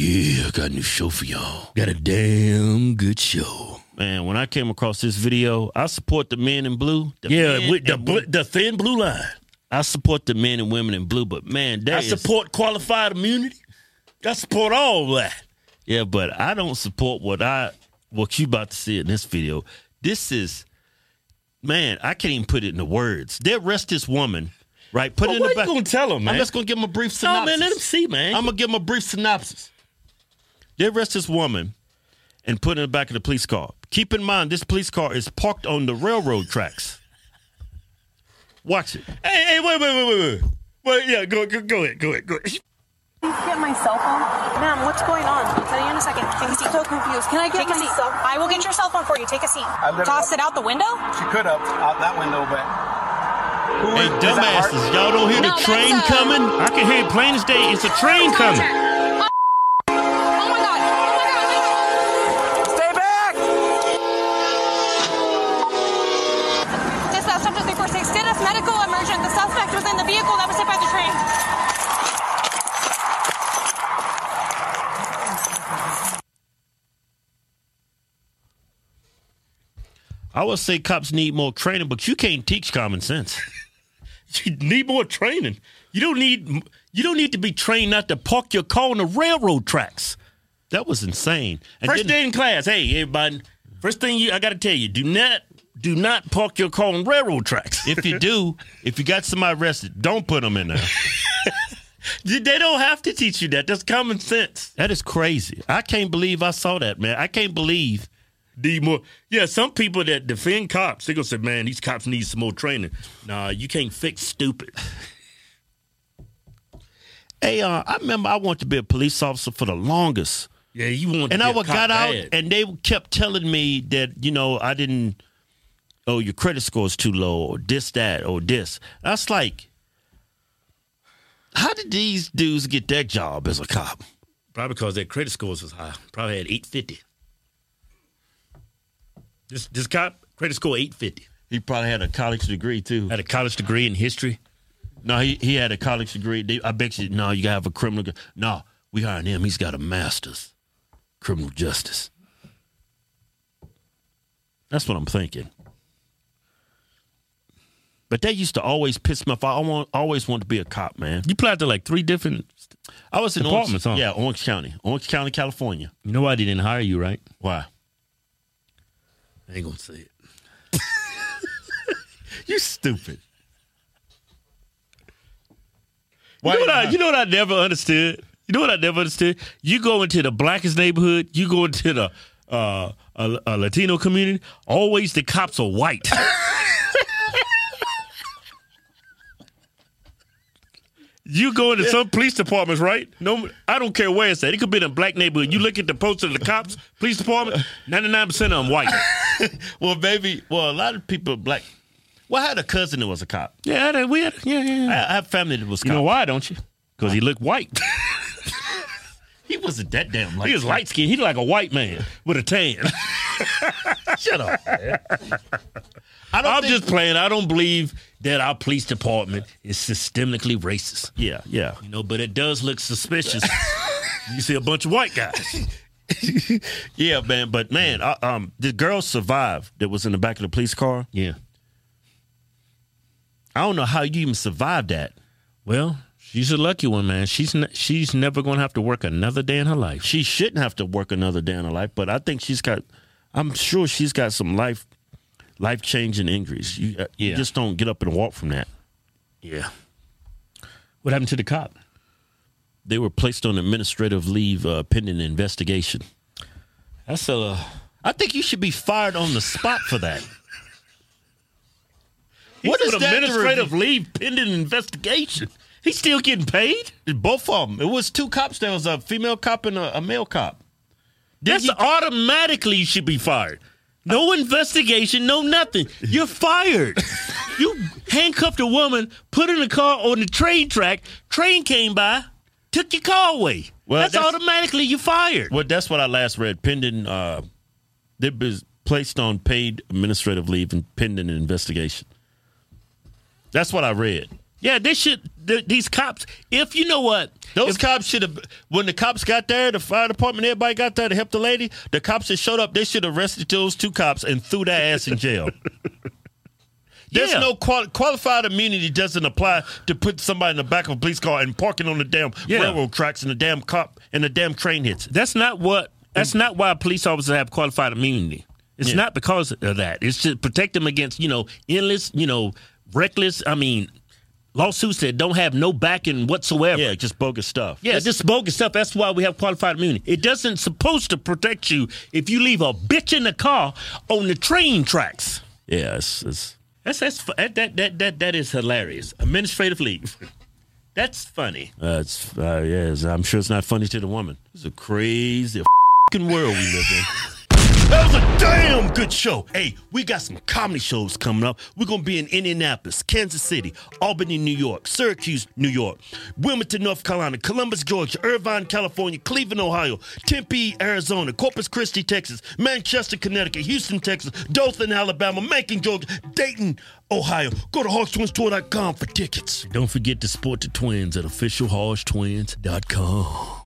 Yeah, I got a new show for y'all. Got a damn good show. Man, when I came across this video, I support the men in blue. The Yeah, men with the in bl- the thin blue line. I support the men and women in blue, but man, that I is- support qualified immunity. I support all that. yeah, but I don't support what I what you about to see in this video. This is man, I can't even put it into words. They arrest this woman, right? Put But it in what the you back. gonna tell them, man? I'm just gonna give him a brief no, synopsis. man, let them see, man. I'm gonna give him a brief synopsis. They arrest this woman and put her in the back of the police car. Keep in mind, this police car is parked on the railroad tracks. Watch it. hey, hey, wait, wait, wait, wait, wait. Wait, yeah, go, go, go ahead, go ahead, go ahead. Can you get my cell phone? Ma'am, what's going on? I'll tell you in a second. Take a I'm seat. so confused. Can I get Take my a seat. cell phone? I will get your cell phone for you. Take a seat. literally- Toss it out the window? She could have out that window, but who Hey, is- is that dumbasses, Art? y'all don't hear No, the that's train a- coming? I can hear it plain as day. It's a train coming. Oh, oh my god. Oh my god. Stay back! Dispatch, number 346. Status medical emergent. The suspect was in the vehicle that was hit by the train. I would say cops need more training, but you can't teach common sense. you need more training. You don't need you don't need to be trained not to park your car on the railroad tracks. That was insane. And First then- day in class. Hey, everybody. First thing you, I got to tell you, do not, do not park your car on railroad tracks. if you do, if you got somebody arrested, don't put them in there. they don't have to teach you that. That's common sense. That is crazy. I can't believe I saw that, man. I can't believe. Need more. Yeah, some people that defend cops, they gonna say, "Man, these cops need some more training." Nah, you can't fix stupid. Hey, uh, I remember I wanted to be a police officer for the longest. Yeah, you want. And to I be a would cop got out, bad. and they kept telling me that you know I didn't. Oh, your credit score is too low, or this, that, or this. I was like, how did these dudes get that job as a cop? probably because their credit scores was high. Probably had eight fifty. This this cop credit score eight fifty. He probably had a college degree too. Had a college degree in history. No, he, he had a college degree. They, I bet you. No, you gotta have a criminal. g- No, we hiring him. He's got a master's, criminal justice. That's what I'm thinking. But that used to always piss me off. I almo- always wanted to be a cop, man. You applied to like three different. I was in Departments, Orange, huh? yeah, Orange County, Orange County, California. You know why they didn't hire you, right? Why? I ain't gonna say it. You stupid. Why you know didn't what I, hire- you know what I never understood? You know what I never understood? You go into the blackest neighborhood, you go into the uh, a, a Latino community, always the cops are white. you go into some police departments, right? No, I don't care where it's at. It could be in a black neighborhood. You look at the poster of the cops, police department, 99% of them white. well, maybe, well, a lot of people black. Well, I had a cousin that was a cop. Yeah, that we had. Yeah, yeah. yeah. I, I have family that was You know cop. why, don't you? Because he looked white. He wasn't that damn light. He was light skinned. He like a white man with a tan. Shut up. I don't I'm think- just playing. I don't believe that our police department is systemically racist. Yeah, yeah. You know, but it does look suspicious. you see a bunch of white guys. Yeah, man. But man, I, um, the girl survived that was in the back of the police car. Yeah. I don't know how you even survived that. Well, she's a lucky one, man. She's n- she's never going to have to work another day in her life. She shouldn't have to work another day in her life, but I think she's got, I'm sure she's got some life, life changing injuries. You, uh, you Yeah. just don't get up and walk from that. Yeah. What happened to the cop? They were placed on administrative leave uh, pending investigation. That's a uh, I think you should be fired on the spot for that. what is that to administrative review? leave pending investigation? He's still getting paid. Both of them. It was two cops. There was a female cop and a, a male cop. That's automatically you should be fired. No investigation, no nothing. You're fired. you handcuffed a woman, put her in a car on the train track. Train came by, took your car away. Well, that's, that's- automatically you fired. Well, that's what I last read. Pending, uh, they was placed on paid administrative leave and pending an investigation. That's what I read. Yeah, this should th- these cops. If you know what, Those if, cops should have. When the cops got there, the fire department, everybody got there to help the lady. The cops that showed up, they should have arrested those two cops and threw their ass in jail. There's Yeah. no qual- qualified immunity doesn't apply to put somebody in the back of a police car and parking on the damn Yeah. railroad tracks and the damn cop and the damn train hits it. that's not what. That's not why police officers have qualified immunity. It's Yeah. not because of that. It's to protect them against you know endless, you know, reckless. I mean, lawsuits that don't have no backing whatsoever. Yeah, just bogus stuff. Yeah, this bogus stuff. That's why we have qualified immunity. It doesn't supposed to protect you if you leave a bitch in the car on the train tracks. yeah. It's, it's, That's that's fu- that that that that, that is hilarious. Administrative leave. That's funny. uh, it's uh, yeah. It's, I'm sure it's not funny to the woman. It's a crazy fucking world we live in. That was a damn good show. Hey, we got some comedy shows coming up. We're going to be in Indianapolis, Kansas City, Albany, New York, Syracuse, New York, Wilmington, North Carolina, Columbus, Georgia, Irvine, California, Cleveland, Ohio, Tempe, Arizona, Corpus Christi, Texas, Manchester, Connecticut, Houston, Texas, Dothan, Alabama, Macon, Georgia, Dayton, Ohio. Go to hawkstwinstour.com for tickets. Don't forget to support the twins at officialhawstwins.com.